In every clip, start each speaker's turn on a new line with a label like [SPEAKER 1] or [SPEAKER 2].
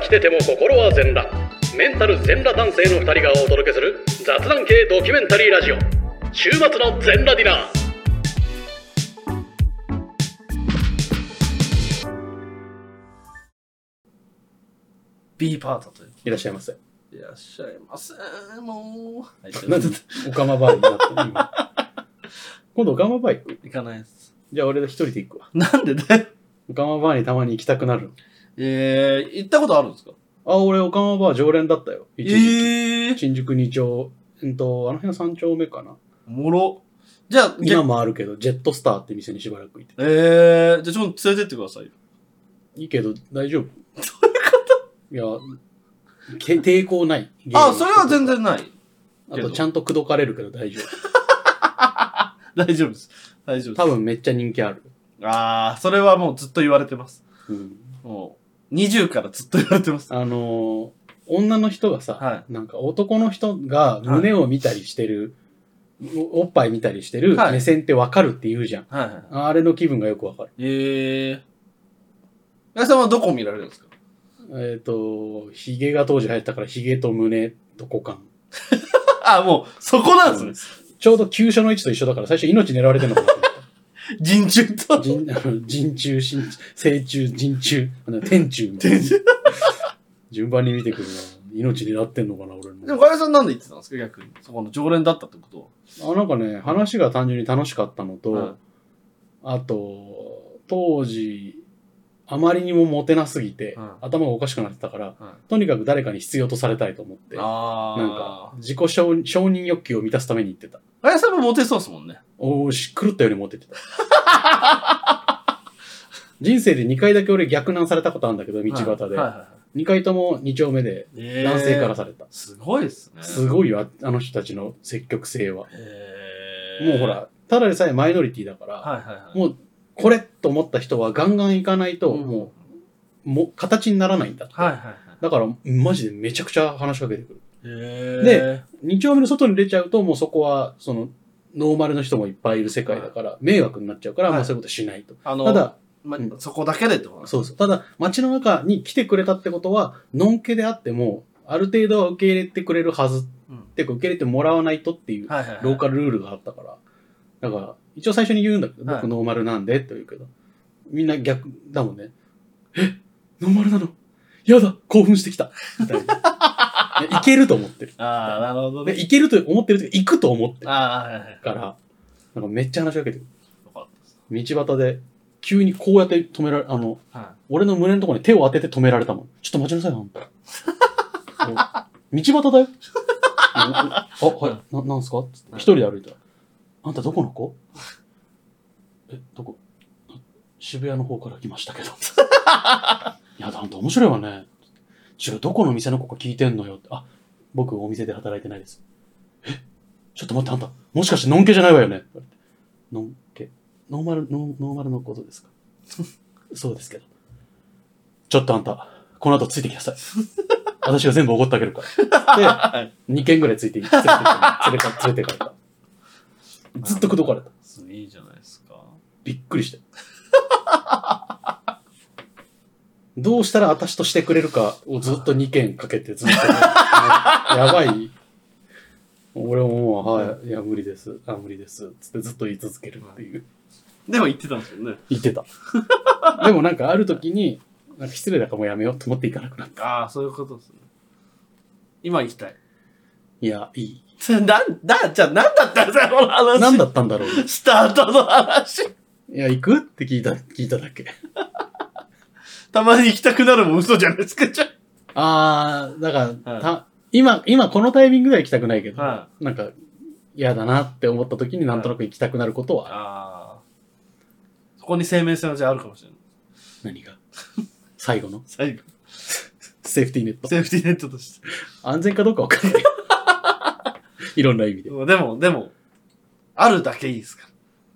[SPEAKER 1] 来てても心は全裸メンタル全裸男性の2人がお届けする雑談系ドキュメンタリーラジオ週末の全裸ディナー
[SPEAKER 2] ビーパートという。
[SPEAKER 3] いらっしゃいませ。
[SPEAKER 2] いらっしゃいませもう。
[SPEAKER 3] なんで、オカマバーになったの今。今度オカマバー行く
[SPEAKER 2] 行かないです。
[SPEAKER 3] じゃあ俺一人で行くわ。
[SPEAKER 2] なんでだよ。
[SPEAKER 3] オカマバーにたまに行きたくなる。
[SPEAKER 2] えー、行ったことあるんですか
[SPEAKER 3] あ、俺オカマバー常連だったよ。一時
[SPEAKER 2] ええー。
[SPEAKER 3] 新宿二丁、えっと、あの辺は三丁目かな。
[SPEAKER 2] おもろ。じゃあ、
[SPEAKER 3] 今
[SPEAKER 2] げ
[SPEAKER 3] もあるけど、ジェットスターって店にしばらくいて。
[SPEAKER 2] えー、じゃあちょっと連れてってくださいよ。
[SPEAKER 3] いいけど、大丈夫。どういうこといや、け抵抗ない。
[SPEAKER 2] あ、それは全。然ない。
[SPEAKER 3] あと、ちゃんと口説かれるけど大丈 夫。
[SPEAKER 2] 大丈夫です。大丈夫です。
[SPEAKER 3] 多。分めっちゃ人気ある。
[SPEAKER 2] あー、それはもうずっと言われてます。
[SPEAKER 3] うん。
[SPEAKER 2] もう、20からずっと言われてます。
[SPEAKER 3] あのー女の人がさ、
[SPEAKER 2] は
[SPEAKER 3] なんか男の人が胸を見たりしてる、おおっぱい見たりしてる
[SPEAKER 2] はい
[SPEAKER 3] 目線ってわかるって言うじゃん。
[SPEAKER 2] はいはいはい。
[SPEAKER 3] あれの気分がよくわかる。
[SPEAKER 2] ええー。皆さんはどこ見られるんですか
[SPEAKER 3] えっ、と、ヒゲが当時流行ったからヒゲと胸と股間。
[SPEAKER 2] あ、もう、そこなんですね。
[SPEAKER 3] ちょうど急所の位置と一緒だから最初命狙われてるのかなと思 った。
[SPEAKER 2] 人中と。
[SPEAKER 3] 人 人中、真成虫、人中、あの天虫みたいな。 順番に見てくるな。命狙ってんのかな、俺
[SPEAKER 2] でも、
[SPEAKER 3] の。
[SPEAKER 2] かやさんなんで言ってたんですか逆に。そこの常連だったってこと
[SPEAKER 3] あなんかね、話が単純に楽しかったのと、
[SPEAKER 2] は
[SPEAKER 3] あと、当時、あまりにもモテなすぎて、
[SPEAKER 2] うん
[SPEAKER 3] 頭がおかしくなってたから、
[SPEAKER 2] は
[SPEAKER 3] とにかく誰かに必要とされたいと思って、なん
[SPEAKER 2] ああ。
[SPEAKER 3] か、自己承認承認欲求を満たすために行ってた。
[SPEAKER 2] かやさんもモテそうですもんね。
[SPEAKER 3] おーし、狂ったよりモテて た。人生で2回だけ俺逆難されたことあるんだけど、道端で。
[SPEAKER 2] はいはいは
[SPEAKER 3] 2回とも2丁目で
[SPEAKER 2] いはい
[SPEAKER 3] 男性から。された。
[SPEAKER 2] すごいですね。
[SPEAKER 3] すごいよ、ああの人たちの積極性は。
[SPEAKER 2] へー
[SPEAKER 3] もうほ。ら、ただでさえマイノリティだから、
[SPEAKER 2] はいはいはい。
[SPEAKER 3] もうこれと思った人はガンガン行かないと、
[SPEAKER 2] うん
[SPEAKER 3] もう、もう形にならないんだって。
[SPEAKER 2] はいはいはい。
[SPEAKER 3] だから、マジでめちゃくちゃ話しかけてくる。
[SPEAKER 2] へー
[SPEAKER 3] で、2丁目の外に出ちゃうと、もうそこは、その、ノーマルの人もいっぱいいる世界だから、迷惑になっちゃうから、
[SPEAKER 2] はい
[SPEAKER 3] まあそういうことしないと。
[SPEAKER 2] あの、
[SPEAKER 3] ただ、
[SPEAKER 2] ま
[SPEAKER 3] うん
[SPEAKER 2] そこだけでってことなんです
[SPEAKER 3] そうそう。ただ、街の中に来てくれたってことは、のんけであっても、ある程度は受け入れてくれるはず。
[SPEAKER 2] うん
[SPEAKER 3] っていうか、受け入れてもらわないとっていう、
[SPEAKER 2] はいはいはい。
[SPEAKER 3] ローカルルールがあったから。だから、一応最初に言うんだけど、
[SPEAKER 2] はい
[SPEAKER 3] 僕ノーマルなんでと言うけど、みんな逆だもんね。え、ノーマルなのやだ興奮してきたみたい な。いやいけると思ってる。
[SPEAKER 2] ああ、なるほどね。
[SPEAKER 3] でいけると思ってるというか行くと思ってる
[SPEAKER 2] ああ、はいはいはい。
[SPEAKER 3] から、なんかめっちゃ話しかけてくる。
[SPEAKER 2] よかったです。
[SPEAKER 3] 道端で、急にこうやって止められ、あの、
[SPEAKER 2] は
[SPEAKER 3] 俺の胸のところに手を当てて止められたもん。ちょっと待ちなさいよ、あんた。道端だよ。あ、はい、ななんすかつって
[SPEAKER 2] うん
[SPEAKER 3] 一人で歩いたら。あんたどこの子え、どこ渋谷の方から来ました けど。いやだ、あんた面白いわね。違う、どこの店の子か聞いてんのよって。あ、僕お店で働いてないです。え、ちょっと待って、あんた、もしかしてのんけじゃないわよねのんけ、ノーマル、ノーノーマルのことです かそうですけど。ちょっとあんた、この後ついてきなさい。 私が全部おごってあげるから。で、2軒ぐらいついてきて、連れて行か連れてかれた。ずっと口説かれた。
[SPEAKER 2] い。いいじゃないですか。
[SPEAKER 3] びっくりした。どうしたら私としてくれるかをずっと2軒かけてずっと。 やばい。俺ももう、はい、いや、無理です。あ、無理です。つってずっと言い続けるっていう。
[SPEAKER 2] でも言ってたんですよね。
[SPEAKER 3] 言ってた。 でもなんかある時に、なんか失礼だからもうやめようと思って行かなくなった。
[SPEAKER 2] ああ、そういうことですね。今行きたい。
[SPEAKER 3] いや、いい。
[SPEAKER 2] なんだ、じゃあ何だったんですか、この話。
[SPEAKER 3] 何だったんだろう。
[SPEAKER 2] スタートの話。
[SPEAKER 3] いや、行くって聞いた、聞いただけ。
[SPEAKER 2] たまに行きたくなるも嘘じゃないですか、じゃ
[SPEAKER 3] あー、だから、
[SPEAKER 2] はい
[SPEAKER 3] た今、今このタイミングでは行きたくないけど、
[SPEAKER 2] は
[SPEAKER 3] なんか、嫌だなって思った時になんとなく行きたくなることはある、
[SPEAKER 2] ああ。そこに生命線はじゃああるかもしれな
[SPEAKER 3] 何
[SPEAKER 2] い。
[SPEAKER 3] が最後の
[SPEAKER 2] 最後。
[SPEAKER 3] セーフティーネッ ト。
[SPEAKER 2] セーフティーネットとして。
[SPEAKER 3] 安全かどうかわかんない。 いろんな意味で。
[SPEAKER 2] でも、でも、あるだけいいですから。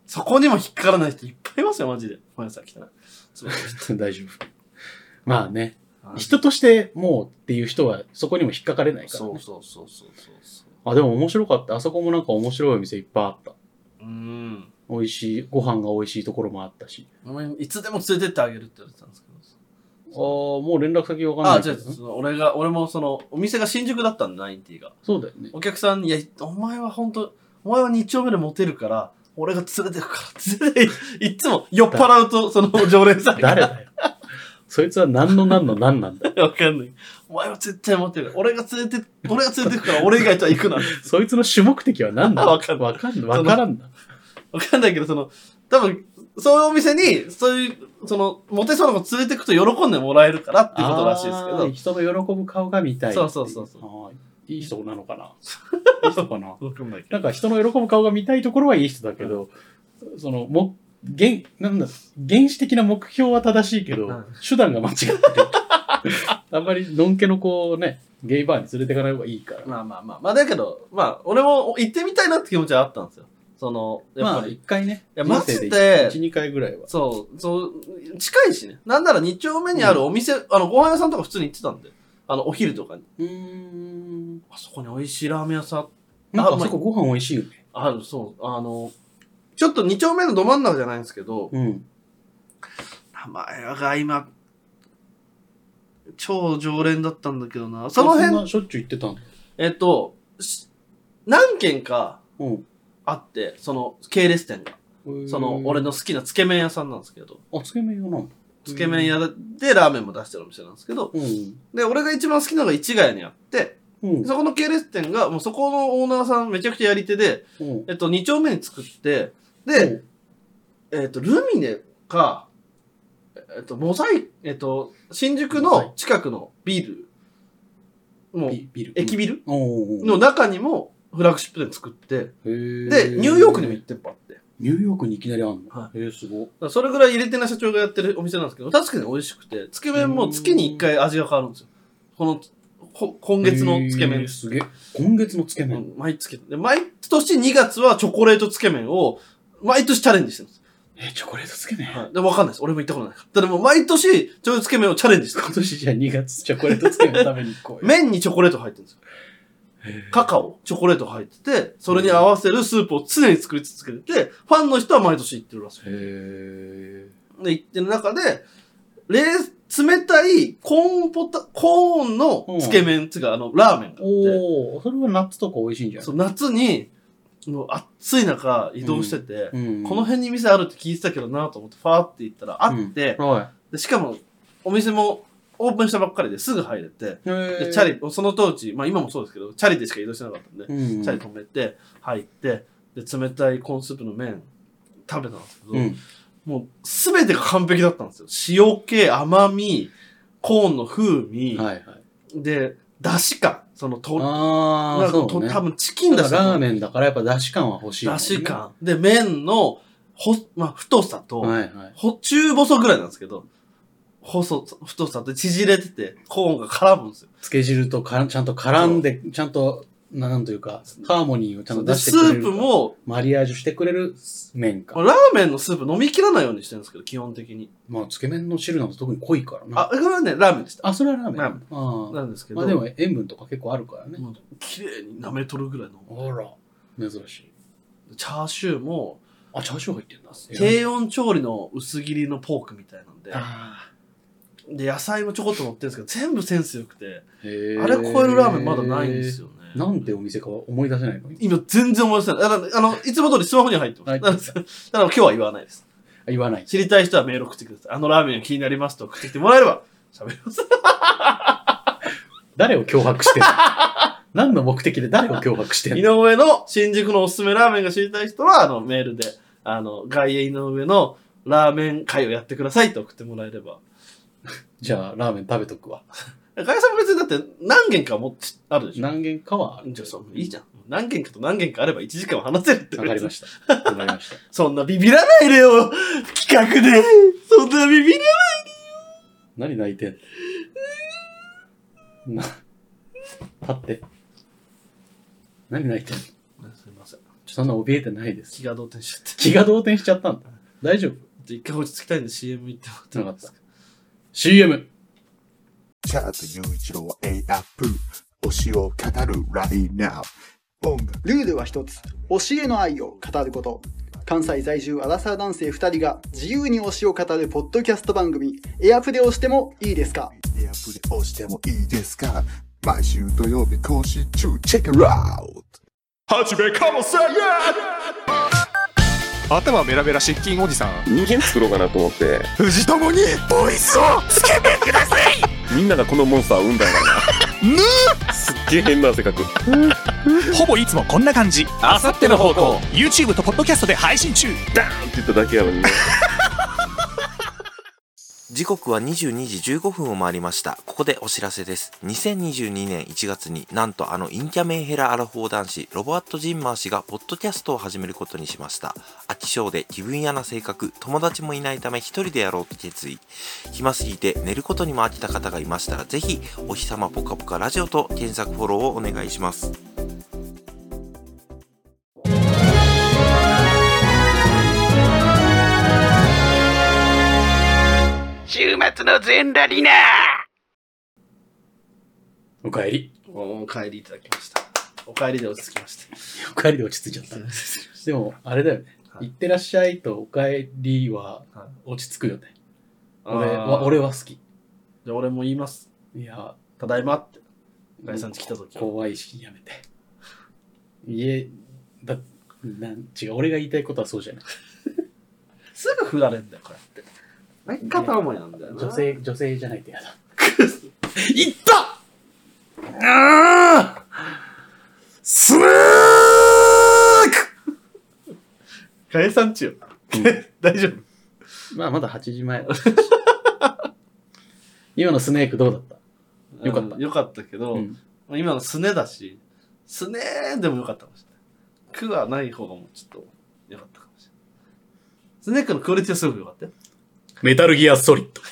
[SPEAKER 2] そこにも引っかからない人いっぱいいますよ、マジで。ごめんなさい、汚い。そう
[SPEAKER 3] 大丈夫。まあね、
[SPEAKER 2] はい
[SPEAKER 3] 人としてもうっていう人はそこにも引っかかれないから、ね。
[SPEAKER 2] そうそうそうそうそうそう。
[SPEAKER 3] あ、でも面白かった。あそこもなんか面白いお店いっぱいあった。
[SPEAKER 2] うーん。
[SPEAKER 3] 美味しい、ご飯が美味しいところもあったし。
[SPEAKER 2] お前いつでも連れてってあげるって言われてたんですけど。
[SPEAKER 3] ああ、もう連絡先わかんない
[SPEAKER 2] あ、
[SPEAKER 3] け
[SPEAKER 2] じ
[SPEAKER 3] ど
[SPEAKER 2] ゃあ、その俺が、俺もその、お店が新宿だったんで、ナインティが。
[SPEAKER 3] そうだよね。
[SPEAKER 2] お客さんに、いや、お前は本当お前は2丁目でモテるから、俺が連れてくから、連 れて、いっつも酔っ払うと、その常連さんが
[SPEAKER 3] 誰だよ。 そいつは何の何の何なんだよ。
[SPEAKER 2] わかんない。お前は絶対モテる。俺が連れて、俺が連れてくから、俺以外とは行くな。
[SPEAKER 3] そいつの主目的は何だ
[SPEAKER 2] わかんない
[SPEAKER 3] わかんない。わからんな。
[SPEAKER 2] わかんないけど、その、多分、そういうお店に、そういう、その、モテそうな子連れてくと喜んでもらえるからっていうことらしいですけ
[SPEAKER 3] あ
[SPEAKER 2] ど
[SPEAKER 3] ー。人の喜ぶ顔が見たい。
[SPEAKER 2] そうそうそうそう
[SPEAKER 3] あーいい人なのかな。いい人かな。
[SPEAKER 2] わかんないけ
[SPEAKER 3] なんか人の喜ぶ顔が見たいところはいい人だけど、その、も、現、なんだ、原始的な目標は正しいけど、
[SPEAKER 2] うん
[SPEAKER 3] 手段が間違ってる。 あんまり、のんけの子をね、ゲイバーに連れてかない方がいいから。
[SPEAKER 2] まあまあまあ。まあだけど、まあ、俺も行ってみたいなって気持ちはあったんですよ。その、やっ
[SPEAKER 3] ま
[SPEAKER 2] ぱ
[SPEAKER 3] あ、
[SPEAKER 2] り。
[SPEAKER 3] 一回ね。
[SPEAKER 2] いやマジで
[SPEAKER 3] 人生一、二回ぐらいは。
[SPEAKER 2] そう、そう、近いしね。なんなら2丁目にあるお店、あの、ご飯屋さんとか普通に行ってたんで。あの、お昼とかに。
[SPEAKER 3] うん。
[SPEAKER 2] あそこに美味しいラーメン屋さん
[SPEAKER 3] なんか
[SPEAKER 2] あ
[SPEAKER 3] あそこご飯美味しいよね。
[SPEAKER 2] ある、そう。あの、ちょっと2丁目のど真ん中じゃないんですけど、
[SPEAKER 3] うん。
[SPEAKER 2] 名前が今、超常連だったんだけどな。その
[SPEAKER 3] ん
[SPEAKER 2] 辺、
[SPEAKER 3] なしょっちゅう行ってたんだ。
[SPEAKER 2] えっと、し何軒か
[SPEAKER 3] うん。
[SPEAKER 2] あって、その系列店が。その、俺
[SPEAKER 3] の。
[SPEAKER 2] の好きなつけ麺屋さんなんですけど、
[SPEAKER 3] あ、つけ麺用なんだ。
[SPEAKER 2] つけ麺屋でラーメンも出してるお店なんですけど、
[SPEAKER 3] うん。
[SPEAKER 2] で、俺が一番好きなのが市ヶ谷にあって、
[SPEAKER 3] うん。
[SPEAKER 2] そこの系列店が、もうそこのオーナーさんめちゃくちゃやり手で、
[SPEAKER 3] うん。
[SPEAKER 2] えっと、2丁目に作って、で、えっと、ルミネか、えっと、モザイク、えっと、新宿の近くのビル、も
[SPEAKER 3] うん、
[SPEAKER 2] う、
[SPEAKER 3] ビビル。
[SPEAKER 2] 駅ビル
[SPEAKER 3] うん。おー
[SPEAKER 2] の中にもフラッグシップ店作って、
[SPEAKER 3] へー
[SPEAKER 2] で、ニューヨークにも1店舗あって。だか
[SPEAKER 3] ニューヨークにいきなりあんの、
[SPEAKER 2] は
[SPEAKER 3] えー、すごい。
[SPEAKER 2] らそれぐらい入れてない社長がやってるお店なんですけど、確かに美味しくて、つけ麺も月に1回味が変わるんですよ。この、こ今月のつけ
[SPEAKER 3] え
[SPEAKER 2] 麺
[SPEAKER 3] ーすげえ。今月のつけ
[SPEAKER 2] う
[SPEAKER 3] 麺。
[SPEAKER 2] ん、毎月。で、毎年2月はチョコレートつけ麺を、毎年チャレンジしてるんです。
[SPEAKER 3] えーチョコレートつけ麺。
[SPEAKER 2] はい。で、わかんないです。俺も行ったことないから。だからもう毎年、チョコレートつけ麺をチャレンジしてる。
[SPEAKER 3] 今年じゃあ2月チョコレートつけ麺食べに行 こうよ。
[SPEAKER 2] 麺にチョコレート入ってるんですよ。カカオ、チョコレート入ってて、それに合わせるスープを常に作り続けてて、ファンの人は毎年行ってるらしい。
[SPEAKER 3] へえ。
[SPEAKER 2] で、行ってる中で、冷、冷たいコーンポタ、コーンのつけ麺、つうか、あの、ラーメンがあっ
[SPEAKER 3] おお、それはナッツとか美味しいんじ
[SPEAKER 2] て、
[SPEAKER 3] ゃない
[SPEAKER 2] そう夏に、もう暑い中移動してて、
[SPEAKER 3] うん
[SPEAKER 2] この辺に店あるって聞いてたけどなと思って、ファーって行ったらあって、
[SPEAKER 3] うんは
[SPEAKER 2] でしかも、お店もオープンしたばっかりですぐ入れて、
[SPEAKER 3] い。へー
[SPEAKER 2] でチャリ、その当時、まあ今もそうですけど、チャリでしか移動してなかったんで、
[SPEAKER 3] うん。
[SPEAKER 2] チャリ止めて、入って、で、冷たいコーンスープの麺食べたんですけど、
[SPEAKER 3] うん。
[SPEAKER 2] もうすべてが完璧だったんですよ。塩気、甘み、コーンの風味、
[SPEAKER 3] はいはい。
[SPEAKER 2] で、出汁感、そのと、
[SPEAKER 3] ああ、
[SPEAKER 2] なんか
[SPEAKER 3] そう
[SPEAKER 2] と
[SPEAKER 3] ね。
[SPEAKER 2] 多分チキンだ
[SPEAKER 3] だ
[SPEAKER 2] し、
[SPEAKER 3] からラーメンだからやっぱ出汁感は欲しいもん
[SPEAKER 2] 出
[SPEAKER 3] ね。
[SPEAKER 2] 汁感。で、麺の、ほ、まあ、太さと、
[SPEAKER 3] はいはい。
[SPEAKER 2] ほ、中細ぐらいなんですけど、細さ、太さで縮れてて、コーンが絡むんですよ。
[SPEAKER 3] つけ汁とかちゃんと絡んで、ちゃんと、ななんというか、ハーモニーをちゃんと
[SPEAKER 2] で、
[SPEAKER 3] 出して
[SPEAKER 2] ス
[SPEAKER 3] くれる。
[SPEAKER 2] ープ、も、
[SPEAKER 3] マリアージュしてくれる麺か。
[SPEAKER 2] ラーメンのスープ飲み切らないようにしてるんですけど、基本的に。
[SPEAKER 3] まあ、つけ麺の汁なんて特に濃いからな。
[SPEAKER 2] あ、これはね、ラーメンでした。
[SPEAKER 3] あ、それはラーメン。
[SPEAKER 2] ラーメ
[SPEAKER 3] ああ
[SPEAKER 2] なんですけど、
[SPEAKER 3] まあでも塩分とか結構あるからね。
[SPEAKER 2] もう綺麗に舐めとるぐらいの。
[SPEAKER 3] あら、珍しい。
[SPEAKER 2] チャーシューも、
[SPEAKER 3] あ、チャーシュー入ってんだ。
[SPEAKER 2] 低温調理の薄切りのポークみたいなんで、
[SPEAKER 3] あ
[SPEAKER 2] で、野菜もちょこっと乗ってるんですけど、全部センス良くて、
[SPEAKER 3] あれ
[SPEAKER 2] あれ超えるラーメンまだないんです
[SPEAKER 3] よ。
[SPEAKER 2] よね。
[SPEAKER 3] なんてお店か思い出せないの
[SPEAKER 2] 今全然思い出せない。だからあの、いつも通りスマホには入ってます。
[SPEAKER 3] 入って
[SPEAKER 2] だ
[SPEAKER 3] ま
[SPEAKER 2] か
[SPEAKER 3] す
[SPEAKER 2] ら だから今日は言わないです。
[SPEAKER 3] 言わない。
[SPEAKER 2] 知りたい人はメール送ってください。あのラーメンが気になりますと送ってきてもらえれば喋ります。
[SPEAKER 3] 誰を脅迫 してる何の目的で誰を脅迫して
[SPEAKER 2] 井
[SPEAKER 3] る
[SPEAKER 2] 上の新宿のおすすめラーメンが知りたい人は、あの、メールで、あの、外苑井上のラーメン会をやってくださいと送ってもらえれば。
[SPEAKER 3] じゃあ、ラーメン食べとくわ。
[SPEAKER 2] ガイさんも別にだって何件か持ってあるでしょ
[SPEAKER 3] 何軒かはある。
[SPEAKER 2] じゃあそういいじゃん。何件かと何件かあれば1時間は話せるって。
[SPEAKER 3] わかりました。わかりました。
[SPEAKER 2] そんなビビらないでよ企画で そんなビビら
[SPEAKER 3] 何泣いてんのな、立って。何泣いてんの
[SPEAKER 2] ないすいません。
[SPEAKER 3] そんな怯えてないです。
[SPEAKER 2] 気が動転しちゃって。
[SPEAKER 3] 気が動転しちゃったんだ。大丈夫
[SPEAKER 2] 一回落ち着きたいんで CM 行ってもらって
[SPEAKER 3] な
[SPEAKER 2] も
[SPEAKER 3] か
[SPEAKER 2] いい
[SPEAKER 3] っ
[SPEAKER 2] です
[SPEAKER 3] た。CM!
[SPEAKER 4] チャート雄一郎 A アップ推しを語るラインナップ音楽
[SPEAKER 5] ルールは一つ、教えの愛を語ること。関西在住アラサー男性2人が自由に推しを語るポッドキャスト番組エアプレをしてもいいですか
[SPEAKER 4] エアプリ押してもいいですか毎週土曜日更新中、チェックアウトはじめかもせや
[SPEAKER 6] 頭メラメラ失禁おじさん
[SPEAKER 7] 人間作ろうかなと思って
[SPEAKER 4] 藤友にボイスをつけてください
[SPEAKER 7] みんながこのモンスターを産んだんやから
[SPEAKER 6] ぬ
[SPEAKER 7] なすっげえ変な性格
[SPEAKER 6] ほぼいつもこんな感じあさっての方向 YouTube とポッドキャストで配信中
[SPEAKER 7] ダーンって言っただけやのにね
[SPEAKER 8] 時刻は22時15分を回りました。ここでお知らせです。2022年1月になんとあのインキャメンヘラアラフォー男子、ロボアット・ジンマー氏がポッドキャストを始めることにしました。飽き性で気分屋な性格、友達もいないため一人でやろうと決意。暇すぎて寝ることにも飽きた方がいましたら、ぜひ、お日様ぽかぽかラジオと検索フォローをお願いします。
[SPEAKER 1] 週末の全ラリナ
[SPEAKER 3] おかえり。
[SPEAKER 2] お帰りいただきました。お帰りで落ち着きました。
[SPEAKER 3] おかえりで落ち着いちゃった。でも、あれだよね。
[SPEAKER 2] はい
[SPEAKER 3] 行ってらっしゃいとおかえりは
[SPEAKER 2] はい
[SPEAKER 3] 落ち着くよね。
[SPEAKER 2] あ
[SPEAKER 3] 俺
[SPEAKER 2] ー
[SPEAKER 3] は俺は好き。
[SPEAKER 2] じゃあ俺も言います。
[SPEAKER 3] いや、
[SPEAKER 2] ただいまって。ガイさん家来た時
[SPEAKER 3] 怖いし、やめて。家、だ、なん違う、俺が言いたいことはそうじゃない。
[SPEAKER 2] すぐ振られんだよ、こうやって。なんか片思いなんだよな。
[SPEAKER 3] 女。性、女性じゃないとやだ。
[SPEAKER 2] いった
[SPEAKER 6] スヌー
[SPEAKER 2] ガイさんちよ。 大丈夫
[SPEAKER 3] まあ、まだ8時前だ。今のスネークどうだったよかった
[SPEAKER 2] うんよかったけど、
[SPEAKER 3] うん
[SPEAKER 2] 今のすねだし、すねーでもよかったかもしれない。くはない方がもうちょっとよかったかもしれない。スネークのクオリティはすごくよかったよ。
[SPEAKER 3] メタルギアソリッド。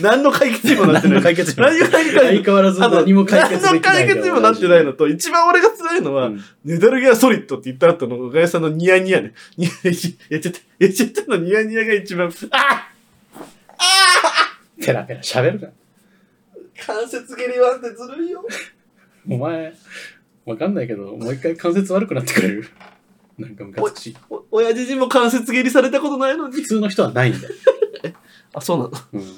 [SPEAKER 2] 何の解決にもなってない。
[SPEAKER 3] 何の解決にも
[SPEAKER 2] 何も解決に
[SPEAKER 3] 相変わらず
[SPEAKER 2] あと
[SPEAKER 3] 何も解決できない。
[SPEAKER 2] 何の解決にもなってないの。と、一番俺が辛いのは、
[SPEAKER 3] うん
[SPEAKER 2] メタルギアソリッドって言った後のガヤさんのニヤニヤね。ニヤやっちゃった、やっちゃったのニヤニヤが一番、あ
[SPEAKER 3] ペラペラ喋るな。
[SPEAKER 2] 関節蹴りワンってずるいよ。
[SPEAKER 3] お前、わかんないけど、もう一回関節悪くなってくれる。なんかムカつくし。
[SPEAKER 2] お親父にも関節蹴りされたことないの
[SPEAKER 3] 普
[SPEAKER 2] に。
[SPEAKER 3] 通の人はないんだよ。
[SPEAKER 2] あ、そうなの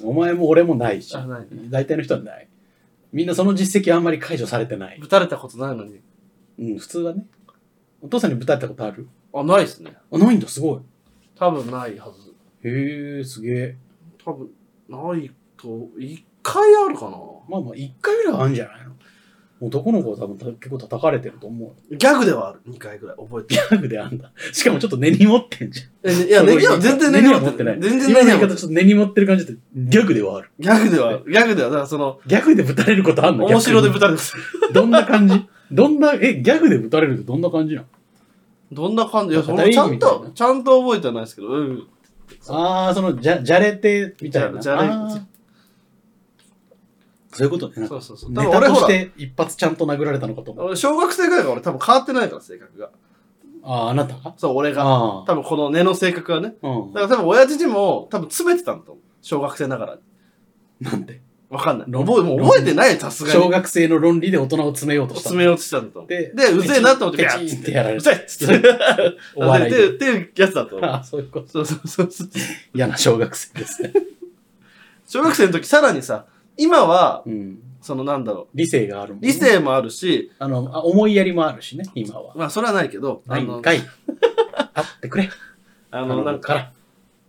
[SPEAKER 3] うん、お前も俺もないし
[SPEAKER 2] あない、
[SPEAKER 3] 大体の人はない。みんなその実績あんまり解除されてない。
[SPEAKER 2] ぶたれたことないのに。
[SPEAKER 3] うん、普通はね。お父さんにぶたれたことある
[SPEAKER 2] あ、ないですね。
[SPEAKER 3] あ、ないんだ、すごい。
[SPEAKER 2] 多分ないはず。
[SPEAKER 3] へえ、すげえ。
[SPEAKER 2] 多分、ないと、一回あるかな。
[SPEAKER 3] まあまあ、一回ぐらいはあるんじゃないの男の子は多分た結構叩かれてると思うよ。
[SPEAKER 2] ギャグではある。2回ぐらい覚えてる。
[SPEAKER 3] タグであんだ。しかもちょっと根に持ってんじゃん。
[SPEAKER 2] えねいや、
[SPEAKER 3] すご
[SPEAKER 2] ね、いや全然ね、
[SPEAKER 3] 持ってない。
[SPEAKER 2] 全然
[SPEAKER 3] 今の言い
[SPEAKER 2] ね
[SPEAKER 3] 方ちょっと根に持ってる感じで、ギャグではある。
[SPEAKER 2] ギャグではある、ギャグでは、だからその、
[SPEAKER 3] 逆でぶたれることあんの
[SPEAKER 2] 面白でぶた
[SPEAKER 3] れ
[SPEAKER 2] れた。
[SPEAKER 3] る。どんな感じどんな、え、ギャグでぶたれるってどんな感じなの
[SPEAKER 2] どんな感じいや、そ
[SPEAKER 3] 大
[SPEAKER 2] の
[SPEAKER 3] 義
[SPEAKER 2] ちゃん
[SPEAKER 3] みたい
[SPEAKER 2] と
[SPEAKER 3] な、
[SPEAKER 2] ちゃんと覚えてないですけど、うん。
[SPEAKER 3] ああ、その、じゃ、じゃれて、みたいな。
[SPEAKER 2] じゃじゃれ
[SPEAKER 3] あーそういうことね。なん
[SPEAKER 2] そ
[SPEAKER 3] か
[SPEAKER 2] うそうそう。多
[SPEAKER 3] ネ
[SPEAKER 2] 分
[SPEAKER 3] タ
[SPEAKER 2] 俺
[SPEAKER 3] とし
[SPEAKER 2] ほら、
[SPEAKER 3] て一発ちゃんと殴られたのかと思う。
[SPEAKER 2] 俺小学生ぐらいから俺多分変わってないから、性格が。
[SPEAKER 3] ああ、あなたが
[SPEAKER 2] そう、俺が。
[SPEAKER 3] ああ。
[SPEAKER 2] 多分この根の性格がね。
[SPEAKER 3] うん
[SPEAKER 2] だ。から多分親父にも多分詰めてたんだと思う。小学生ながらに。
[SPEAKER 3] なんで
[SPEAKER 2] わかんない。
[SPEAKER 3] 論
[SPEAKER 2] 覚え、もう覚えてないよ、さすがに。
[SPEAKER 3] 小学生の論理で大人を詰めようとした
[SPEAKER 2] 詰め落ちたんだと思う。
[SPEAKER 3] で
[SPEAKER 2] で、うぜえなと思って、
[SPEAKER 3] ペチン
[SPEAKER 2] ビャー
[SPEAKER 3] ってやられる
[SPEAKER 2] うぜえっ つって。
[SPEAKER 3] お笑い
[SPEAKER 2] で。
[SPEAKER 3] で。
[SPEAKER 2] っていうやつだと思う。
[SPEAKER 3] ああ、そういうこと。
[SPEAKER 2] そうそうそうそう。
[SPEAKER 3] 嫌な小学生ですね。
[SPEAKER 2] 小学生の時、さらにさ、今は、
[SPEAKER 3] うん。
[SPEAKER 2] そのなんだろ
[SPEAKER 3] 理性があるもん、
[SPEAKER 2] う、理。性もあるし、
[SPEAKER 3] あの、あ思いやりもあるしね、今は。
[SPEAKER 2] まあそれはないけど、
[SPEAKER 3] な
[SPEAKER 2] あ
[SPEAKER 3] いん
[SPEAKER 2] の、
[SPEAKER 3] かい。あってくれ。
[SPEAKER 2] あ
[SPEAKER 3] あ
[SPEAKER 2] の、
[SPEAKER 3] の、
[SPEAKER 2] なん
[SPEAKER 3] か
[SPEAKER 2] か、
[SPEAKER 3] ら。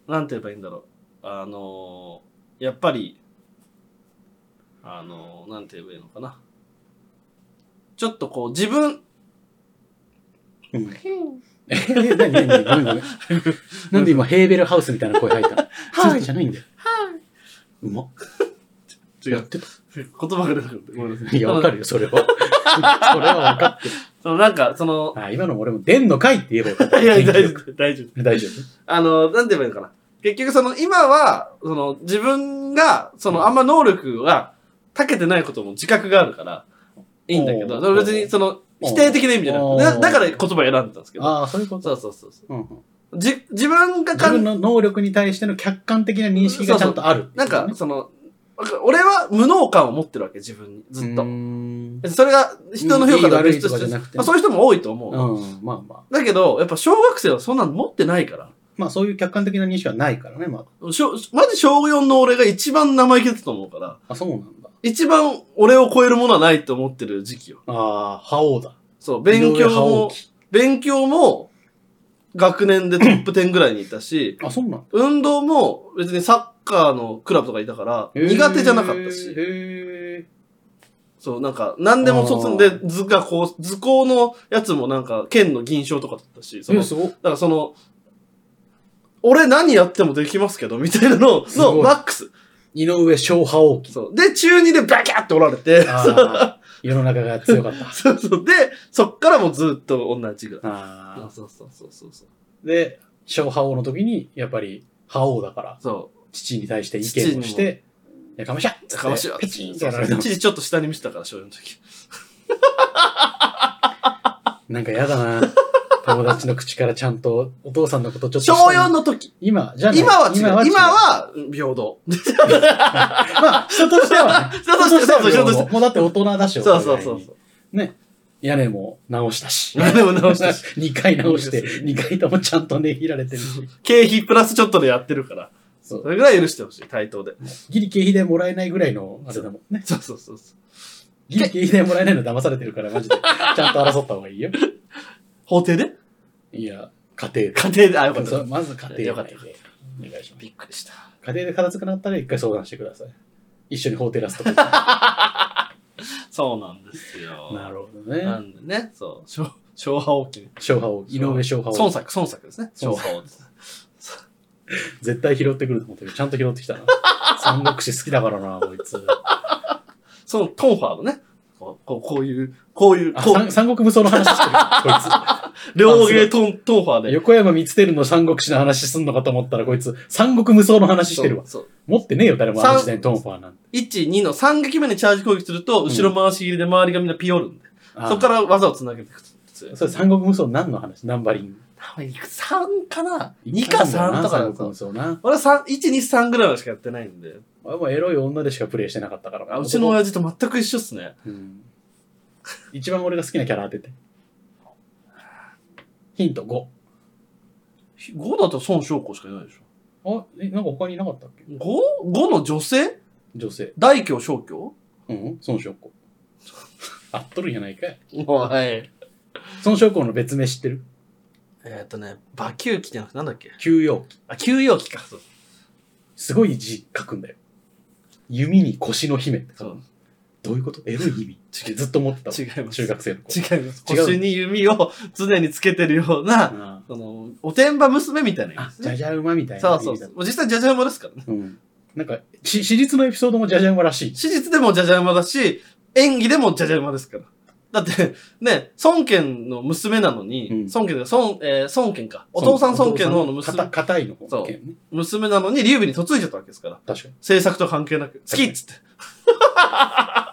[SPEAKER 2] なんて言えばいいんだろう。あのー、やっぱり、あのー、なんて言えばいいのかな。ちょっとこう、自 分、
[SPEAKER 3] え、何何何ごめんごめん。なんで今、ヘーベルハウスみたいな声入ったのはい。じゃないんだよ。はい。うまっ。
[SPEAKER 2] 違
[SPEAKER 3] やっ
[SPEAKER 2] う、
[SPEAKER 3] てた。
[SPEAKER 2] 言葉が出なくて、ごめんなさい。
[SPEAKER 3] いや、わかるよ、それは。それは分かってる。
[SPEAKER 2] その、なんか、その、
[SPEAKER 3] あ、今の俺も、出んのかいって言えばよかっ
[SPEAKER 2] い
[SPEAKER 3] た。
[SPEAKER 2] や、大丈夫、大丈夫。
[SPEAKER 3] 大丈夫。
[SPEAKER 2] あの、なんて言えばいいのかな。結局その今は、その自分が、そのあんま能力が長けてないことも自覚があるから、いいんだけ
[SPEAKER 3] お
[SPEAKER 2] ど、
[SPEAKER 3] う
[SPEAKER 2] それ別にその
[SPEAKER 3] おう
[SPEAKER 2] 否定的な意味じゃなくて、
[SPEAKER 3] お
[SPEAKER 2] だ
[SPEAKER 3] う
[SPEAKER 2] だから言葉選んでたんですけど。
[SPEAKER 3] ああ、そういうこと。
[SPEAKER 2] そうそうそうそ
[SPEAKER 3] うんうん
[SPEAKER 2] う。じ、自分が
[SPEAKER 3] 自
[SPEAKER 2] か
[SPEAKER 3] 分
[SPEAKER 2] ん、
[SPEAKER 3] の能力に対しての客観的な認識がちゃんとあるって
[SPEAKER 2] なん
[SPEAKER 3] ことね、
[SPEAKER 2] かその、俺は無能感を持ってるわけ、自分に。ずっ
[SPEAKER 3] うー
[SPEAKER 2] と。
[SPEAKER 3] ん
[SPEAKER 2] それが人の評価だ
[SPEAKER 3] うんいい悪いとかじゃなくて
[SPEAKER 2] まあ、そういう人も多いと思う。
[SPEAKER 3] うん、まあまあ。
[SPEAKER 2] だけど、やっぱ小学生はそんなの持ってないから。
[SPEAKER 3] まあそういう客観的な認識はないからね、まだ。
[SPEAKER 2] しょマジ小4の俺が一番生意気だったと思うから、
[SPEAKER 3] あ、そうなんだ。
[SPEAKER 2] 一番俺を超えるものはないと思ってる時期よ。
[SPEAKER 3] ああ、覇王だ。
[SPEAKER 2] そう、勉
[SPEAKER 3] 井上
[SPEAKER 2] 強
[SPEAKER 3] 覇王
[SPEAKER 2] も、
[SPEAKER 3] 期
[SPEAKER 2] 勉強も学年でトップ10ぐらいにいた し、
[SPEAKER 3] あ、そうなんだ。
[SPEAKER 2] 運動も別にサッカーのクラブとかいたから、苦手じゃなかった
[SPEAKER 3] へ
[SPEAKER 2] し、
[SPEAKER 3] ーへ
[SPEAKER 2] そう、なんか、何でも卒ん
[SPEAKER 3] あ
[SPEAKER 2] で
[SPEAKER 3] ー、
[SPEAKER 2] 図がこう、図工のやつもなんか、県の銀賞とかだったし、そ
[SPEAKER 3] ー。
[SPEAKER 2] の
[SPEAKER 3] え、、すごっ
[SPEAKER 2] だからその、俺何やってもできますけど、みたいなの
[SPEAKER 3] すご
[SPEAKER 2] の
[SPEAKER 3] い
[SPEAKER 2] マックス。
[SPEAKER 3] 井上小覇王期。
[SPEAKER 2] そう。で、中2でバキャっておられ て、
[SPEAKER 3] ああ、世の中が強かった。
[SPEAKER 2] そうそう。で、そっからもうずっと同じぐらい。
[SPEAKER 3] あ
[SPEAKER 2] そうそうそうそうそう。
[SPEAKER 3] あ。で、小覇王の時に、やっぱり、覇王だから、
[SPEAKER 2] そ
[SPEAKER 3] 父に対して意見をして、いやかましゃっつ
[SPEAKER 2] う。
[SPEAKER 3] って
[SPEAKER 2] かましいわ。
[SPEAKER 3] ペチンってやられた
[SPEAKER 2] そうそう一時ちょっと下に見せたから、小4の時。
[SPEAKER 3] なんかやだ な。友達の口からちゃんと、お父さんのことちょっと
[SPEAKER 2] 小
[SPEAKER 3] 下に。
[SPEAKER 2] 4の時。
[SPEAKER 3] 今、じゃない
[SPEAKER 2] 今は違う。今は
[SPEAKER 3] 違う
[SPEAKER 2] 平等。
[SPEAKER 3] まあ、人としては、ね、
[SPEAKER 2] 人として はそ
[SPEAKER 3] 人とし
[SPEAKER 2] う人として
[SPEAKER 3] はもうだって大人だし、
[SPEAKER 2] そうそうそ
[SPEAKER 3] お互い
[SPEAKER 2] う
[SPEAKER 3] に
[SPEAKER 2] そう。
[SPEAKER 3] ね。屋根も直したし。
[SPEAKER 2] 屋根も直したし。
[SPEAKER 3] 2回直して
[SPEAKER 2] そうそ、
[SPEAKER 3] 2回ともちゃんとねぎられてるし。
[SPEAKER 2] 経費プラスちょっとでやってるから。
[SPEAKER 3] そう
[SPEAKER 2] それぐらい許してほしい、対等で。
[SPEAKER 3] ギリ経費でもらえないぐらいの、あれだもんね。
[SPEAKER 2] そうそうそうそう。
[SPEAKER 3] ギリ経費でもらえないの騙されてるから、マ ジで。ちゃんと争った方がいいよ。
[SPEAKER 2] 法廷で
[SPEAKER 3] いや、家庭で。
[SPEAKER 2] 家庭で、あ、よかっ
[SPEAKER 3] そう
[SPEAKER 2] た。
[SPEAKER 3] まず家庭で。
[SPEAKER 2] よ
[SPEAKER 3] お
[SPEAKER 2] かっ
[SPEAKER 3] 願い
[SPEAKER 2] た
[SPEAKER 3] します。
[SPEAKER 2] びっくりした。
[SPEAKER 3] 家庭で片付かなかったら一回相談してください。一緒に法テラスとか。
[SPEAKER 2] そうなんですよ。
[SPEAKER 3] なるほど
[SPEAKER 2] な
[SPEAKER 3] ね。
[SPEAKER 2] んでね、そう、昭昭和王権。
[SPEAKER 3] 昭和王、井上昭和
[SPEAKER 2] 孫
[SPEAKER 3] 王。
[SPEAKER 2] 作、孫作ですね。
[SPEAKER 3] 孫
[SPEAKER 2] 昭和王です。
[SPEAKER 3] 絶対拾ってくると思ってる。ちゃんと拾ってきた な。三国志好きだからな、こいつ。
[SPEAKER 2] そのトンファーのね、こうこうこういう、こういう、
[SPEAKER 3] あ
[SPEAKER 2] こ
[SPEAKER 3] 三
[SPEAKER 2] う
[SPEAKER 3] 三国武装の話してる。こいつ。
[SPEAKER 2] 両芸トントンファーで。
[SPEAKER 3] 横山光輝の三国志の話すんのかと思ったら、こいつ、三国無双の話してるわ。
[SPEAKER 2] そうそう
[SPEAKER 3] 持ってねえよ、誰も、
[SPEAKER 2] 三
[SPEAKER 3] あの時代にトンファーなんて。
[SPEAKER 2] 1、2の3撃目にチャージ攻撃すると、後ろ回し切りで周りがみんなピヨるんで、
[SPEAKER 3] ああ
[SPEAKER 2] そこから技を繋げていくと。
[SPEAKER 3] それ三国無双何の話ナンバリング。
[SPEAKER 2] 3かな ?2 か3とかだ
[SPEAKER 3] 三
[SPEAKER 2] った
[SPEAKER 3] 国無双な。
[SPEAKER 2] 俺は3、1、2、3ぐらいはしかやってないんで。
[SPEAKER 3] 俺もエロい女でしかプレイしてなかったから。
[SPEAKER 2] あうちの親父と全く一緒っすね。
[SPEAKER 3] うん一番俺が好きなキャラ当てて。ヒント5。
[SPEAKER 2] 5だと孫将校しかいないでしょ。
[SPEAKER 3] あ、え、なんか他にいなかったっけ
[SPEAKER 2] 5? 5の女性
[SPEAKER 3] 女性。
[SPEAKER 2] 大京小京
[SPEAKER 3] うん孫将 校。合っとるんやないかい。
[SPEAKER 2] はい。
[SPEAKER 3] 孫将校の別名知ってる
[SPEAKER 2] えっとね、馬球機じゃなくてなんだっけ
[SPEAKER 3] 休養期。
[SPEAKER 2] あ、休養機か。そう。
[SPEAKER 3] すごい字書くんだよ。弓に腰の姫って書く
[SPEAKER 2] そう
[SPEAKER 3] どういうことエロい意味ってずっと思ってたわ。
[SPEAKER 2] 違います
[SPEAKER 3] 中学生の頃。
[SPEAKER 2] 違います。
[SPEAKER 3] 違う
[SPEAKER 2] 腰に弓を常につけてるような、
[SPEAKER 3] あ
[SPEAKER 2] その、おてんば娘みたいな意
[SPEAKER 3] あ
[SPEAKER 2] 味、です
[SPEAKER 3] じゃ
[SPEAKER 2] ね。
[SPEAKER 3] じゃ馬みたいな意
[SPEAKER 2] そうそう
[SPEAKER 3] 味だ
[SPEAKER 2] そ
[SPEAKER 3] った。
[SPEAKER 2] う。実際、じゃじゃ馬ですからね。
[SPEAKER 3] うん。なんか、し史実のエピソードもじゃじゃ馬らしい。
[SPEAKER 2] 史実でもじゃじゃ馬だし、演技でもじゃじゃ馬ですから。だって、ね、孫権の娘なのに、
[SPEAKER 3] うん
[SPEAKER 2] 孫権で、孫、えー孫権か。お父さん孫権の方の
[SPEAKER 3] かた
[SPEAKER 2] 娘、
[SPEAKER 3] 硬いの方
[SPEAKER 2] そ
[SPEAKER 3] の
[SPEAKER 2] う
[SPEAKER 3] 剣ね。
[SPEAKER 2] 娘なのに、劉備に嫁いじゃったわけですから。
[SPEAKER 3] 確かに。
[SPEAKER 2] 制作と関係なく。好きっつって。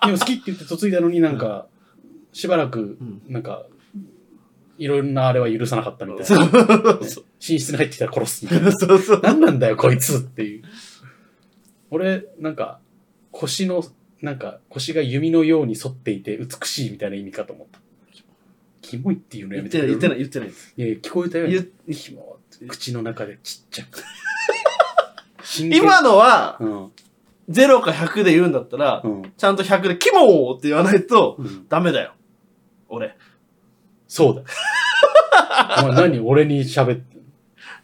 [SPEAKER 3] でも好きって言って嫁いだのになんか、しばらく
[SPEAKER 2] うん、
[SPEAKER 3] なんか、いろんなあれは許さなかったみたい
[SPEAKER 2] そう
[SPEAKER 3] な。
[SPEAKER 2] そうそ
[SPEAKER 3] 寝室に入ってきたら殺すみたいな。
[SPEAKER 2] うそう。
[SPEAKER 3] 何なんだよ、こいつっていう。俺、なんか、腰の、なんか、腰が弓のように沿っていて美しいみたいな意味かと思った。キモいっていうのや
[SPEAKER 2] 言っ
[SPEAKER 3] め
[SPEAKER 2] て
[SPEAKER 3] て
[SPEAKER 2] ない、言ってない
[SPEAKER 3] い。、
[SPEAKER 2] 言ってないです。
[SPEAKER 3] いやいや、聞こえたよ、
[SPEAKER 2] 言
[SPEAKER 3] ね。
[SPEAKER 2] っ
[SPEAKER 3] キモって口の中でちっちゃ く。真剣
[SPEAKER 2] 今のは、
[SPEAKER 3] うん。
[SPEAKER 2] 0か100で言うんだったら、
[SPEAKER 3] うん。
[SPEAKER 2] ちゃんと100で、キモーって言わないと、
[SPEAKER 3] うん
[SPEAKER 2] ダメだよ。俺。
[SPEAKER 3] そう だ。お前何俺に喋って。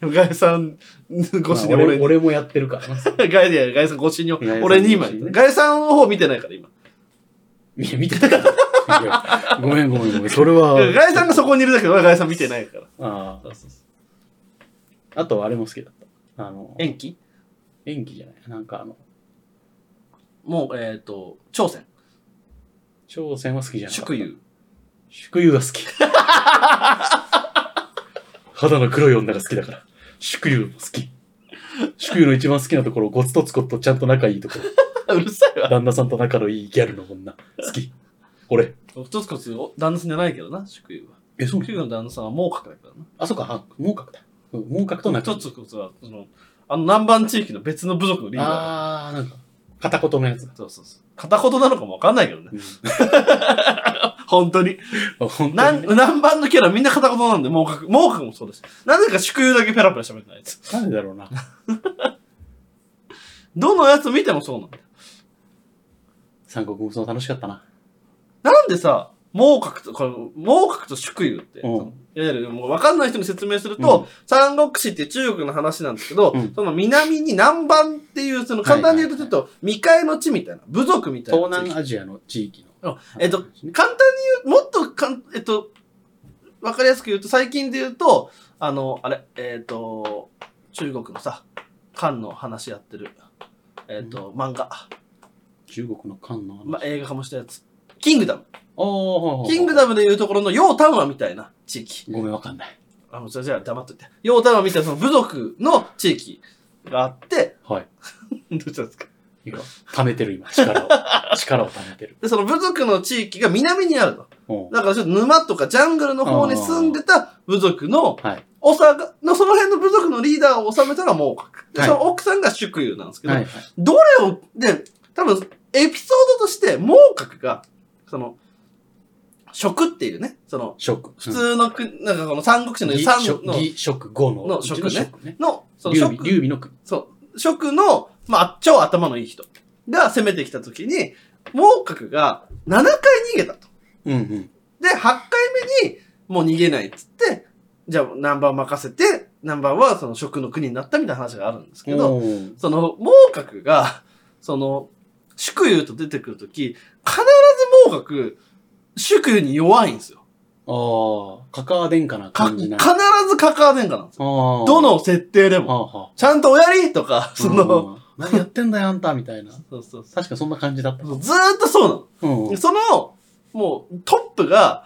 [SPEAKER 2] ガイさん越しで
[SPEAKER 3] まあ
[SPEAKER 2] 俺
[SPEAKER 3] 俺
[SPEAKER 2] に。
[SPEAKER 3] 俺もやってるからな。
[SPEAKER 2] ガイで、ガイさん越しに、
[SPEAKER 3] ガイさん
[SPEAKER 2] 俺に今
[SPEAKER 3] 越しにね。
[SPEAKER 2] ガイさんの方見てないから、今。
[SPEAKER 3] 見見てた から。いやごめんごめんごめん。それは。
[SPEAKER 2] ガイさんがそこにいるだけど、俺ガイさん見てないから。
[SPEAKER 3] あああとあれも好きだった。あの、
[SPEAKER 2] 延期
[SPEAKER 3] 演技じゃない。なんかあの、
[SPEAKER 2] もう、えっ、と、朝鮮。
[SPEAKER 3] 朝鮮は好きじゃない。
[SPEAKER 2] 祝。友。
[SPEAKER 3] 祝友が好 き。肌の黒い女が好きだから。祝友も好き。祝友の一番好きなところ、ゴツとツコとちゃんと仲いいところ。
[SPEAKER 2] うるさい わ。
[SPEAKER 3] 旦那さんと仲のいいギャルの女。好き。俺。
[SPEAKER 2] 一つこつ、旦那さんじゃないけどな、祝友は。
[SPEAKER 3] え、そう
[SPEAKER 2] 祝友の旦那さんは猛角だからな。
[SPEAKER 3] あ、そうか。あ、猛角だ。うん猛角と仲い
[SPEAKER 2] 一
[SPEAKER 3] い
[SPEAKER 2] つこつは、その、あの南蛮地域の別の部族のリーダー。
[SPEAKER 3] あー、なんか、片言のやつだ。
[SPEAKER 2] そうそうそう。片言なのかもわかんないけどね。 本当に。
[SPEAKER 3] 本当
[SPEAKER 2] な
[SPEAKER 3] に
[SPEAKER 2] ん、何番のキャラみんな片言なんで、もうかく、もうかくもそうです。なぜか宿友だけペラペラ喋ってないやつ。
[SPEAKER 3] なんでだろうな。
[SPEAKER 2] どのやつ見てもそうなんだよ。
[SPEAKER 3] 三国無双楽しかったな。
[SPEAKER 2] なんでさ、猛角と、これ、猛角と宿友って、
[SPEAKER 3] うん
[SPEAKER 2] そのいわゆるもう分かんない人に説明すると、三国志っていう中国の話なんですけど、
[SPEAKER 3] うん
[SPEAKER 2] その南に南蛮っていう、その簡単に言うとちょっと未開の地みたいな、部族みたい
[SPEAKER 3] 東
[SPEAKER 2] な地域。
[SPEAKER 3] 南アジアの地域の。
[SPEAKER 2] えっと、簡単に言う、もっとかん、えっと、わかりやすく言うと、最近で言うと、あの、あれ、えっと、中国のさ、漢の話やってる、えっと、漫画、
[SPEAKER 3] 中国の漢の話。
[SPEAKER 2] ま、映画化もしたやつ。キングダム。
[SPEAKER 3] おー
[SPEAKER 2] キングダムで言うところの、ヨータンワみたいな地域。
[SPEAKER 3] ごめん、わかんない。
[SPEAKER 2] あ、もうじゃあじゃあ黙っといて。ヨータンワみたいなその部族の地域があって、
[SPEAKER 3] はい。
[SPEAKER 2] どうしたんですか
[SPEAKER 3] いいか。溜めてる、今。力 を。力を溜めてる。
[SPEAKER 2] で、その部族の地域が南にあると。
[SPEAKER 3] うん
[SPEAKER 2] だからちょっと沼とかジャングルの方に住んでた部族の
[SPEAKER 3] はい。
[SPEAKER 2] おさが、の、その辺の部族のリーダーを収めたらもう、で
[SPEAKER 3] はい
[SPEAKER 2] その奥さんが宿友なんですけど、
[SPEAKER 3] はい。
[SPEAKER 2] どれを、で、多分、エピソードとして、猛角が、その、食っていうね、その、
[SPEAKER 3] ショック。
[SPEAKER 2] 普通の国、なんかこの三国志の
[SPEAKER 3] 義
[SPEAKER 2] 三
[SPEAKER 3] 食
[SPEAKER 2] の、
[SPEAKER 3] 義食後の。
[SPEAKER 2] の食ね
[SPEAKER 3] うちの食ね。
[SPEAKER 2] の、その
[SPEAKER 3] 劉備劉
[SPEAKER 2] 食、
[SPEAKER 3] 備の国。
[SPEAKER 2] そう、食の、まあ、超頭のいい人が攻めてきた時に、猛角が7回逃げたと。
[SPEAKER 3] うんうん。
[SPEAKER 2] で、8回目に、もう逃げないっつって、じゃあ、南蛮任せて、南蛮はその食の国になったみたいな話があるんですけど、
[SPEAKER 3] おー
[SPEAKER 2] その、猛角が、その、宿友と出てくるとき、必ず猛角、宿友に弱いんですよ。
[SPEAKER 3] ああ、カカア殿下な
[SPEAKER 2] か、
[SPEAKER 3] 感
[SPEAKER 2] 必
[SPEAKER 3] じな。
[SPEAKER 2] ずカカア殿下なんですよ。
[SPEAKER 3] ど
[SPEAKER 2] どの設定で
[SPEAKER 3] は
[SPEAKER 2] も。
[SPEAKER 3] あはあ
[SPEAKER 2] ちゃんとおやりとか、その、
[SPEAKER 3] うん何やってんだよ、あんた、みたいな。
[SPEAKER 2] そうそうそ
[SPEAKER 3] 確かそんな感じだった。
[SPEAKER 2] う。ずーっとそ
[SPEAKER 3] う
[SPEAKER 2] う
[SPEAKER 3] ん
[SPEAKER 2] なの。。その、もう、トップが、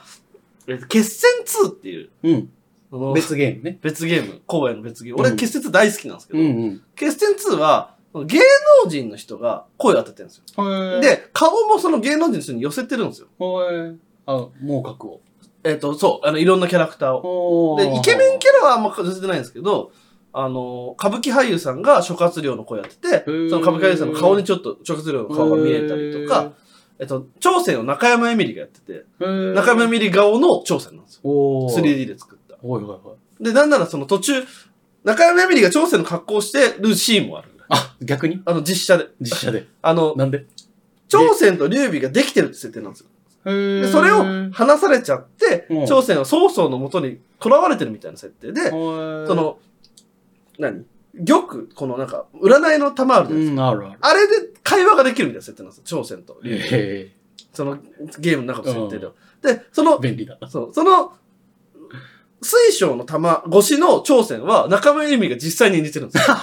[SPEAKER 2] えっと決戦2っていう、
[SPEAKER 3] うん。
[SPEAKER 2] その
[SPEAKER 3] 別ゲームね。
[SPEAKER 2] 別ゲーム、荒野の別ゲーム。
[SPEAKER 3] うん
[SPEAKER 2] 俺、決戦2大好きなんですけ
[SPEAKER 3] う
[SPEAKER 2] ど、
[SPEAKER 3] ん
[SPEAKER 2] 決戦2は、芸能人の人が声を当ててるんですよ。
[SPEAKER 3] うん。、
[SPEAKER 2] で、顔もその芸能人の人に寄せてるんですよ。
[SPEAKER 3] ほえ。あ、もう覚悟。
[SPEAKER 2] えっ、と、そう、あの、いろんなキャラクターを。
[SPEAKER 3] お
[SPEAKER 2] で、イケメンキャラはあんま寄せてないんですけど、あの、歌舞伎俳優さんが諸葛亮の声やってて、そ
[SPEAKER 3] ー
[SPEAKER 2] の歌舞伎俳優さんの顔にちょっと諸葛亮の顔が見えたりとか、えっと、朝鮮を中山エミリがやってて、
[SPEAKER 3] へー、
[SPEAKER 2] 中山エミリ顔の朝鮮なんですよ。
[SPEAKER 3] おー。
[SPEAKER 2] 3D で作った。
[SPEAKER 3] おいおいおい。
[SPEAKER 2] で、なんならその途中、中山エミリが朝鮮の格好をしてるシーンもある。
[SPEAKER 3] あ、逆に
[SPEAKER 2] あの、実写で。
[SPEAKER 3] 実写で。
[SPEAKER 2] あの、
[SPEAKER 3] なんで
[SPEAKER 2] 朝鮮と劉備ができてるって設定なんですよ。
[SPEAKER 3] で
[SPEAKER 2] で、それを話されちゃって
[SPEAKER 3] うん、
[SPEAKER 2] 朝鮮は曹操のもとに囚われてるみたいな設定で、そ
[SPEAKER 3] そ、
[SPEAKER 2] の、何玉、このなんか、占いの玉あるじゃ
[SPEAKER 3] う
[SPEAKER 2] ないですか。
[SPEAKER 3] ん、あるある。
[SPEAKER 2] あれで会話ができるみたいな設定なんですよ。朝鮮と。
[SPEAKER 3] え
[SPEAKER 2] そのゲームの中の設定では。で、その
[SPEAKER 3] え、、便利だ。
[SPEAKER 2] そう、その、水晶の玉越しの朝鮮は中村ゆみが実際に演じてるんですよ。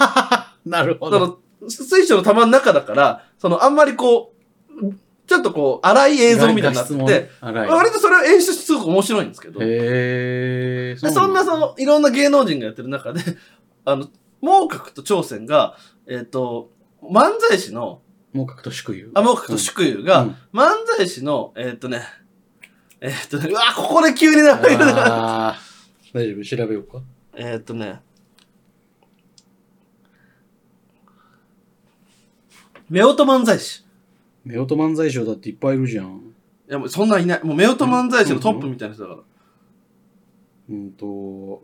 [SPEAKER 3] なるほ
[SPEAKER 2] そ
[SPEAKER 3] ど。
[SPEAKER 2] の、水晶の玉の中だから、その、あんまりこう、ちょっとこう、荒い映像みたいになって
[SPEAKER 3] 画質も
[SPEAKER 2] て
[SPEAKER 3] ね、荒い。
[SPEAKER 2] 割とそれを演出すごく面白いんですけど、
[SPEAKER 3] へえ。
[SPEAKER 2] でそんなそのいろんな芸能人がやってる中で、 あの、猛角と朝鮮が、えっ、と、漫才師の、
[SPEAKER 3] もう格と祝友。
[SPEAKER 2] あ、猛角と祝友が、
[SPEAKER 3] うん
[SPEAKER 2] 漫才師の、えっ、とね、えっ、とね、うわ、ここで急に名前が出た。
[SPEAKER 3] あー 大丈夫、調べようか。
[SPEAKER 2] えっとね、夫婦漫才師。
[SPEAKER 3] 夫婦漫才賞だっていっぱいいるじゃん。
[SPEAKER 2] いや、もうそんなんいない。もう夫婦漫才師のトップみたいな人だから。
[SPEAKER 3] うんと、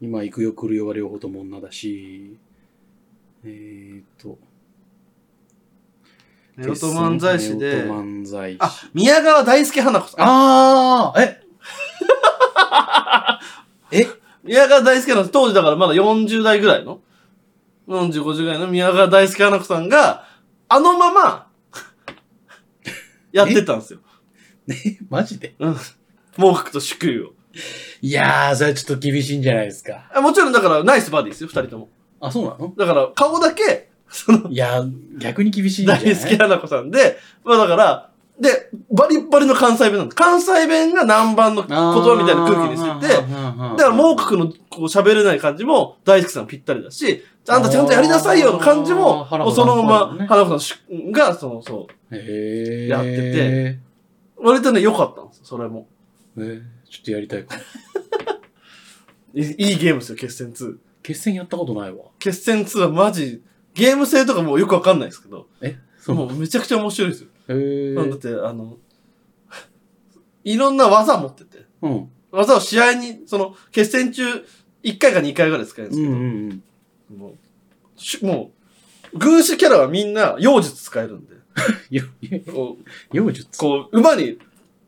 [SPEAKER 3] 今行くよ来るよは両方とも女だし、えーと、
[SPEAKER 2] 夫婦漫才師で
[SPEAKER 3] 夫婦、漫才師。
[SPEAKER 2] あ、宮川大輔花子さん。
[SPEAKER 3] あーえ
[SPEAKER 2] 宮川大輔の当時だからまだ40代ぐらいの ?40、50ぐらいの宮川大輔花子さんが、あの まま、やってたんですよ。
[SPEAKER 3] マジで
[SPEAKER 2] うん。毛布と祝意を。
[SPEAKER 3] いやー、それはちょっと厳しいんじゃないですか。
[SPEAKER 2] あもちろんだからナイスバディですよ、二人とも。
[SPEAKER 3] あ、そうなの
[SPEAKER 2] だから顔だけ、その、
[SPEAKER 3] いやー、逆に厳しいんじゃ
[SPEAKER 2] 大
[SPEAKER 3] ない
[SPEAKER 2] 輔花子さんで、まあだから、で、バリッバリの関西弁なんです。関西弁が南蛮の言葉みたいな空気にしてて、だから、毛角のこう喋れない感じも、大輔さんぴったりだし、あんたちゃんとやりなさいよの感じも、
[SPEAKER 3] あー
[SPEAKER 2] もうその
[SPEAKER 3] 花子さ
[SPEAKER 2] ま
[SPEAKER 3] んね
[SPEAKER 2] ま、花子さんが、その、そう、
[SPEAKER 3] へー
[SPEAKER 2] やってて。割とね、良かったんですよ、それも。
[SPEAKER 3] えーちょっとやりたいかも。
[SPEAKER 2] いいいゲームですよ、決戦2。
[SPEAKER 3] 決戦やったことないわ。
[SPEAKER 2] 決戦2はマジ、ゲーム性とかもうよくわかんないですけど、
[SPEAKER 3] えそう
[SPEAKER 2] もうめちゃくちゃ面白いですよ。
[SPEAKER 3] へえ
[SPEAKER 2] だって、あの、 いろんな技持ってて、
[SPEAKER 3] うん。
[SPEAKER 2] 技を試合に、その、決戦中、1回か2回ぐらい使えるんです
[SPEAKER 3] う
[SPEAKER 2] けど、
[SPEAKER 3] んうん
[SPEAKER 2] もうし、もう、軍師キャラはみんな、妖術使えるんで、
[SPEAKER 3] うん。
[SPEAKER 2] こう、
[SPEAKER 3] 妖術。
[SPEAKER 2] こう馬に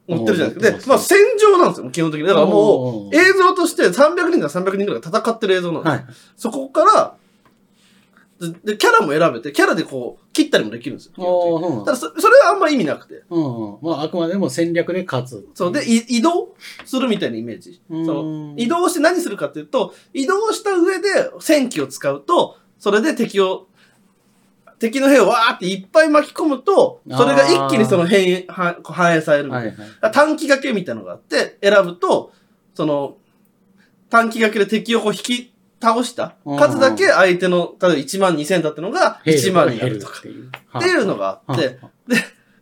[SPEAKER 2] 乗ってるじゃないですか。
[SPEAKER 3] おー
[SPEAKER 2] で、まあ戦場なんですよ、基本的に。だからも
[SPEAKER 3] う
[SPEAKER 2] う、映像として300人か300人ぐらいが戦ってる映像なんですよ
[SPEAKER 3] はい。
[SPEAKER 2] そこから、で、でキャラも選べて、キャラでこう、切ったりもできるんですよ。基本的に
[SPEAKER 3] おー
[SPEAKER 2] ただそ、それはあんま意味なくて。
[SPEAKER 3] うんうん。まあ、あくまでも戦略で勝つ。
[SPEAKER 2] そう、で、い移動するみたいなイメージ。
[SPEAKER 3] うん、
[SPEAKER 2] そ移動して何するかっていうと、移動した上で戦機を使うと、それで敵を、敵の兵をわーっていっぱい巻き込むと、それが一気にその変はこう反映されるみた
[SPEAKER 3] はいい
[SPEAKER 2] な。
[SPEAKER 3] はい。
[SPEAKER 2] だから短期掛けみたいなのがあって、選ぶと、その、短期掛けで敵をこう引き倒した数だけ相手の、例えば1万2000だったのが1万になるとか
[SPEAKER 3] っ。ていう。
[SPEAKER 2] っていうのがあ
[SPEAKER 3] は
[SPEAKER 2] って、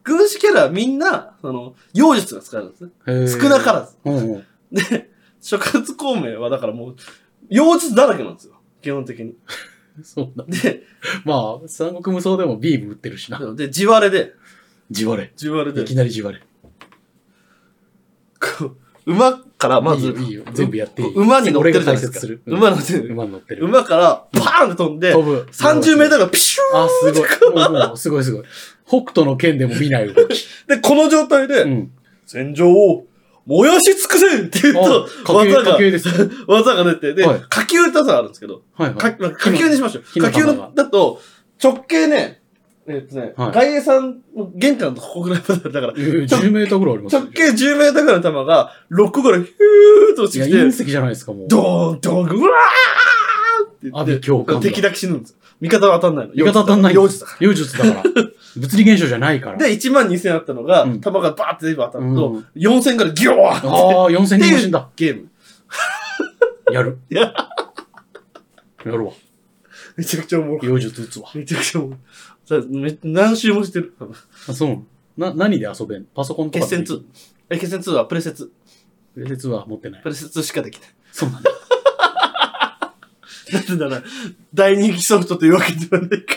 [SPEAKER 2] 軍師キャラはみんな、その、妖術が使えるんですね。少なからず。
[SPEAKER 3] らず。うんうん。
[SPEAKER 2] で、諸葛孔明はだからもう、妖術だらけなんですよ。基本的に。
[SPEAKER 3] そうだ。
[SPEAKER 2] で、
[SPEAKER 3] まあ、三国無双でもビーム打ってるしな。
[SPEAKER 2] で、地割れで、
[SPEAKER 3] 地割
[SPEAKER 2] 地割
[SPEAKER 3] れ。
[SPEAKER 2] れ
[SPEAKER 3] い
[SPEAKER 2] で
[SPEAKER 3] き、なり地割れ。
[SPEAKER 2] こう馬からまず、
[SPEAKER 3] いいよいいよ全部やっていい
[SPEAKER 2] こう馬に乗ってるじゃないで
[SPEAKER 3] 俺が解説
[SPEAKER 2] す
[SPEAKER 3] する。
[SPEAKER 2] か馬に乗ってる。
[SPEAKER 3] 馬に乗ってる。
[SPEAKER 2] 馬から、パーンって飛んで、
[SPEAKER 3] 飛ぶ。
[SPEAKER 2] 30メーターがピシュー
[SPEAKER 3] あ、すご い。もうもうすごいすごい。北斗の剣でも見ない動 き。
[SPEAKER 2] で、この状態で、
[SPEAKER 3] うん。
[SPEAKER 2] 戦場を燃やし尽くせって言うと、
[SPEAKER 3] あ火球
[SPEAKER 2] 技が
[SPEAKER 3] 火球です、
[SPEAKER 2] 技が出て、で、
[SPEAKER 3] はい
[SPEAKER 2] 火球ってさ、あるんですけど、
[SPEAKER 3] はいは
[SPEAKER 2] か
[SPEAKER 3] い。
[SPEAKER 2] まあ火球にしましょう。
[SPEAKER 3] 火の
[SPEAKER 2] 火球
[SPEAKER 3] 玉が
[SPEAKER 2] のだと、直径ね、えっとね、
[SPEAKER 3] はい
[SPEAKER 2] 外衛さんの玄関のここぐらいまで、だから、
[SPEAKER 3] 10メートルぐらいありますよ
[SPEAKER 2] 直径10メートルぐらいの玉が、6ぐらい、ヒューっと落
[SPEAKER 3] い
[SPEAKER 2] ち
[SPEAKER 3] や、
[SPEAKER 2] てき
[SPEAKER 3] 隕
[SPEAKER 2] て、
[SPEAKER 3] 石じゃないですか、もう。
[SPEAKER 2] ドーン、ドーン、うわ
[SPEAKER 3] 阿
[SPEAKER 2] ーって
[SPEAKER 3] 鼻
[SPEAKER 2] 言
[SPEAKER 3] 叫
[SPEAKER 2] って、
[SPEAKER 3] 喚
[SPEAKER 2] 敵だけ死ぬんですよ。味方は当たんないの。
[SPEAKER 3] 味方当たんない
[SPEAKER 2] 妖術だ
[SPEAKER 3] 妖術 だから。物理現象じゃないから。
[SPEAKER 2] で、1万2000あったのが、
[SPEAKER 3] うん
[SPEAKER 2] 弾がバーって全部当たると、
[SPEAKER 3] うん
[SPEAKER 2] 4000からギョワーって
[SPEAKER 3] ああ、4000人も死んだ。
[SPEAKER 2] ゲーム。
[SPEAKER 3] やる。
[SPEAKER 2] いや、
[SPEAKER 3] やるわ。
[SPEAKER 2] めちゃくちゃおもろい。
[SPEAKER 3] 妖術打つわ。
[SPEAKER 2] めちゃくちゃおもろい。さめ何周もしてる。
[SPEAKER 3] あ、そうな。何で遊べんパソコンとか
[SPEAKER 2] 決
[SPEAKER 3] で
[SPEAKER 2] 戦
[SPEAKER 3] できる
[SPEAKER 2] 2。え、決戦2はプレセツ。
[SPEAKER 3] プレセツは持ってない
[SPEAKER 2] プ。レセツしかできない。
[SPEAKER 3] そうなんだ。
[SPEAKER 2] なぜなら、大人気ソフトというわけではないか。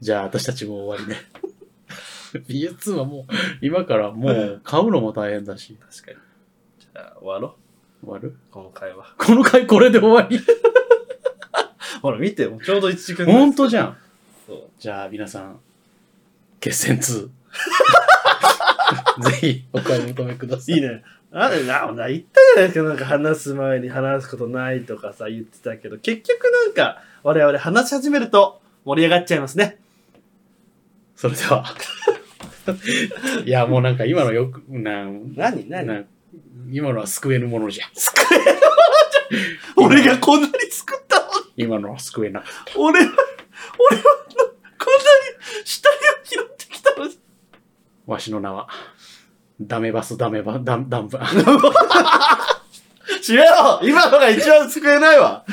[SPEAKER 3] じゃあ、私たちも終わりね。PS2 はもう、今からもう、買うのも大変だし。
[SPEAKER 2] 確かに。じゃあ、終わろ
[SPEAKER 3] 終わる
[SPEAKER 2] う。この会話。
[SPEAKER 3] この回これで終わ り。
[SPEAKER 2] ほら、見て、もうちょうど1時間ぐらい。
[SPEAKER 3] ほんとじゃん
[SPEAKER 2] そう。
[SPEAKER 3] じゃあ、皆さん、決戦2。ぜ ひ、お買い求めください。
[SPEAKER 2] いいね。あれな、な、言ったじゃないですか。なんか話す前に話すことないとかさ、言ってたけど、結局なんか、我々話し始めると盛り上がっちゃいますね。
[SPEAKER 3] それで は。いや、もうなんか今のよく、なん、
[SPEAKER 2] 何何
[SPEAKER 3] な今のは救えぬものじゃ。
[SPEAKER 2] 俺がこんなに作ったの
[SPEAKER 3] 今のは救えな。
[SPEAKER 2] 俺は、俺は、こんなに死体を拾ってきたのに。
[SPEAKER 3] わしの名は、ダメバス、ダメバ、ダダン バ。
[SPEAKER 2] 知らよ今のが一番救えないわ。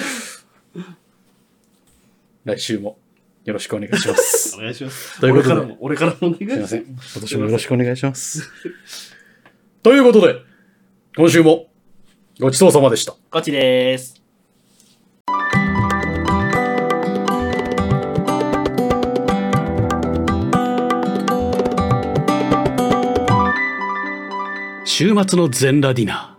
[SPEAKER 3] 来週もよろしくお願いします。
[SPEAKER 2] お願いします。
[SPEAKER 3] ということで
[SPEAKER 2] 俺からも、俺からもお願いします
[SPEAKER 3] すいません。今年もよろしくお願いします。 ということで、今週もごちそうさまでした。
[SPEAKER 2] こっちでーす。
[SPEAKER 3] 週末の全ラディナー。